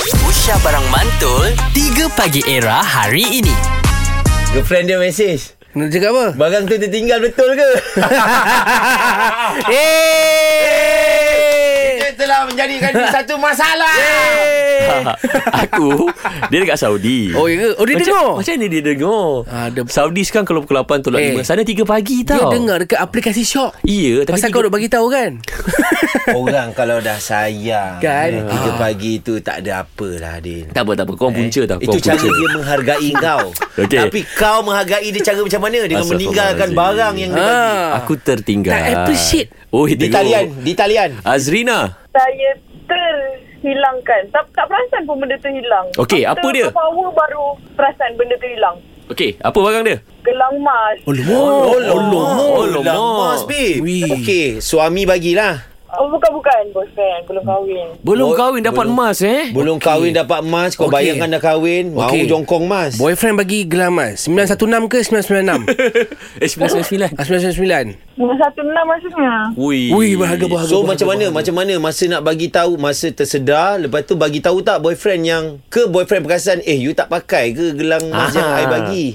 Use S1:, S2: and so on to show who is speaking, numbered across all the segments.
S1: Aisyah Barang Mantul 3 Pagi Era hari ini
S2: Girlfriend dia mesej
S3: Nak cakap apa?
S2: Barang tu tertinggal betul ke?
S3: Eh!
S2: Dia telah menjadikan ini satu masalah
S4: Ha, aku Dia dekat Saudi
S3: Oh, ya ke? Oh, dia
S4: macam,
S3: dengar?
S4: Macam mana dia dengar
S3: Ada-
S4: Saudi sekarang kalau pukul 8 tolak
S3: Eh.
S4: hey. 5 Sana 3 pagi
S3: Dia
S4: tau
S3: dengar dekat aplikasi shock.
S4: Iya tapi
S3: Pasal
S4: tiga-
S3: kau duk bagi tahu kan?
S2: Orang kalau dah sayang
S3: Kan?
S2: eh, Tiga pagi tu tak ada apalah Din
S4: Tak apa tak apa
S3: Eh,
S4: Kau punca tau
S2: Itu
S4: Korang
S2: cara
S4: punca.
S2: dia menghargai kau
S4: Okey.
S2: Tapi kau menghargai dia cara macam mana Dengan
S4: Astagfirullahalazim.
S2: meninggalkan barang yang dia bagi
S3: Ah.
S4: Aku tertinggal
S3: Tak appreciate.
S4: Oh dia
S2: Di talian Di talian
S4: Azrina
S5: saya terhilangkan. Tak, tak perasan pun benda tu hilang.
S4: Okey, apa dia?
S5: Power baru perasan benda tu hilang.
S4: Okey apa barang dia?
S5: Gelang emas.
S3: Oh, lama.
S2: Oh, lama
S4: Oh, lama.
S2: Lama, babe
S3: Wih.
S2: Okey, suami bagilah
S5: Oh, bukan-bukan. Boyfriend. Belum kahwin.
S4: Belum
S2: Oh,
S4: kahwin dapat
S2: belum.
S4: emas eh
S2: Belum kahwin dapat emas Kau
S3: Okey.
S2: bayangkan dah kahwin Mau
S3: Okey.
S2: jongkong emas
S3: Boyfriend bagi gelang mas 916 ke 996?
S4: Eh 999
S3: ah, 999
S5: Nombor satu enam maksudnya.
S4: Ui
S3: Ui berharga berharga
S2: So macam mana macam mana masa nak bagi tahu masa tersedar lepas tu bagi tahu tak boyfriend yang ke boyfriend perasan eh you tak pakai ke gelang mas yang
S4: Aha.
S2: I bagi.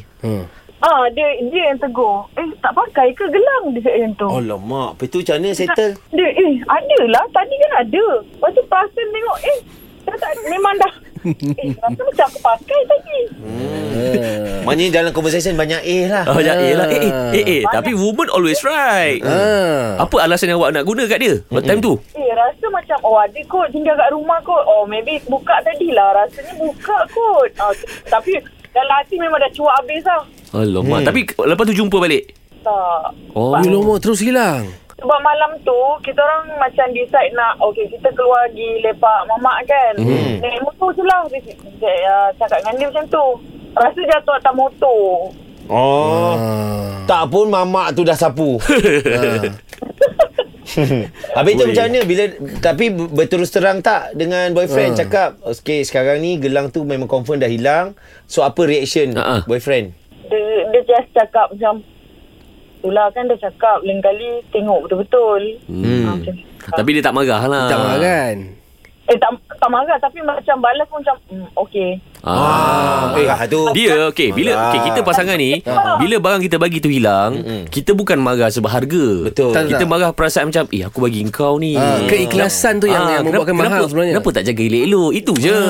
S5: Ah, dia dia yang tegur. Eh, tak pakai ke gelang? Dia cakap macam tu.
S2: Oh lemak. Lepas tu macam mana settle?
S5: Dia, eh, ada lah. Tadi kan ada. Lepas tu perasan tengok. Eh, dah tak, memang dah. eh, rasa macam aku pakai tadi.
S2: Maknanya dalam conversation Eh. banyak eh lah.
S4: Oh, ya, eh, lah. eh, eh, eh, eh. Tapi woman always right
S3: Ah.
S4: Apa alasan yang awak nak guna kat dia Pada time tu
S5: Eh, rasa macam, oh ada kot tinggal kat rumah kot. Oh, maybe buka tadi lah. Rasanya buka kot. Ah, t- tapi dalam hati memang dah cuak habis lah.
S4: Alamak hmm. Tapi lepas tu jumpa balik
S5: Tak.
S4: Oh
S3: Ui lama terus hilang
S5: Sebab malam tu, kita orang macam decide nak, okay, kita keluar pergi lepak mamak kan. Mm. Naik motor tu lah. Dia, dia, uh, cakap dengan dia macam tu. Rasa jatuh atas motor.
S2: Oh.
S3: Ah,
S2: Tak pun mamak tu dah sapu. Ah. Habis tu
S4: Ui.
S2: macam mana bila tapi berterus terang tak dengan boyfriend cakap okay sekarang ni gelang tu memang confirm dah hilang. So apa reaction
S4: Ha, ha.
S2: boyfriend?
S5: Dia, dia just cakap macam, Itulah kan dia cakap lain kali tengok betul-betul. Hmm. macam,
S4: Tapi dia tak marah lah
S3: Tak marah kan
S5: Eh tak, tak marah tapi macam balas pun macam mm, okay.
S4: Ah.
S2: Ah, eh, ah, tu.
S4: Dia okey bila okey kita pasangan ni
S3: Ah.
S4: bila barang kita bagi tu hilang kita bukan marah sebab harga.
S2: Betul.
S3: Tak,
S4: Kita
S3: tak.
S4: marah perasaan macam eh aku bagi engkau ni. Ah,
S3: Ah, keikhlasan tu yang- yang membuatkan
S4: kenapa,
S3: mahal
S4: kenapa,
S3: sebenarnya.
S4: Kenapa tak jaga elok-elok? Itu je.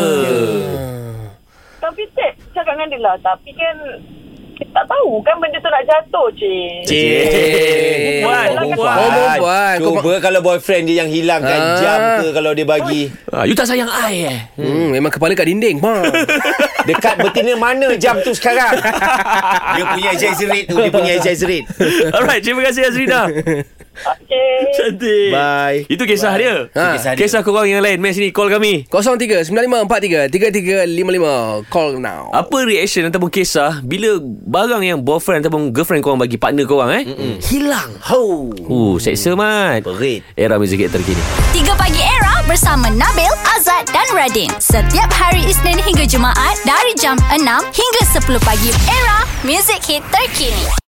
S5: Tapi Ted cakap dengan dia lah tapi kan kita tak tahu kan benda tu nak jatuh cik. cik.
S4: Cik. Puan, puan.
S3: Oh, perempuan. Kau
S2: Cuba kalau boyfriend dia yang hilangkan
S3: Ah.
S2: jam ke kalau dia bagi.
S4: Ah, you tak sayang I eh.
S3: hmm, Memang kepala kat dinding Ma.
S2: Dekat betina mana jam tu sekarang? dia punya exchange rate tu, dia punya exchange rate.
S4: Alright, terima kasih Azrina.
S5: Ah, Okay.
S4: Cantik.
S2: Bye. Ha.
S4: Itu kisah dia.
S3: Ah.
S2: Kisah dia.
S4: Kisah korang yang lain Mes ni call kami.
S3: 03-9543-3355 Call now
S4: Apa reaction ataupun kisah bila barang yang boyfriend ataupun girlfriend korang bagi partner korang eh hilang.
S2: Ho.
S4: Uh, seksa mat.
S2: Perit.
S4: Era muzik terkini.
S6: 3 Pagi Era bersama Nabil, Azad dan Radin. Setiap hari Isnin hingga Jumaat dari jam 6 hingga 10 pagi. Era, music hit terkini.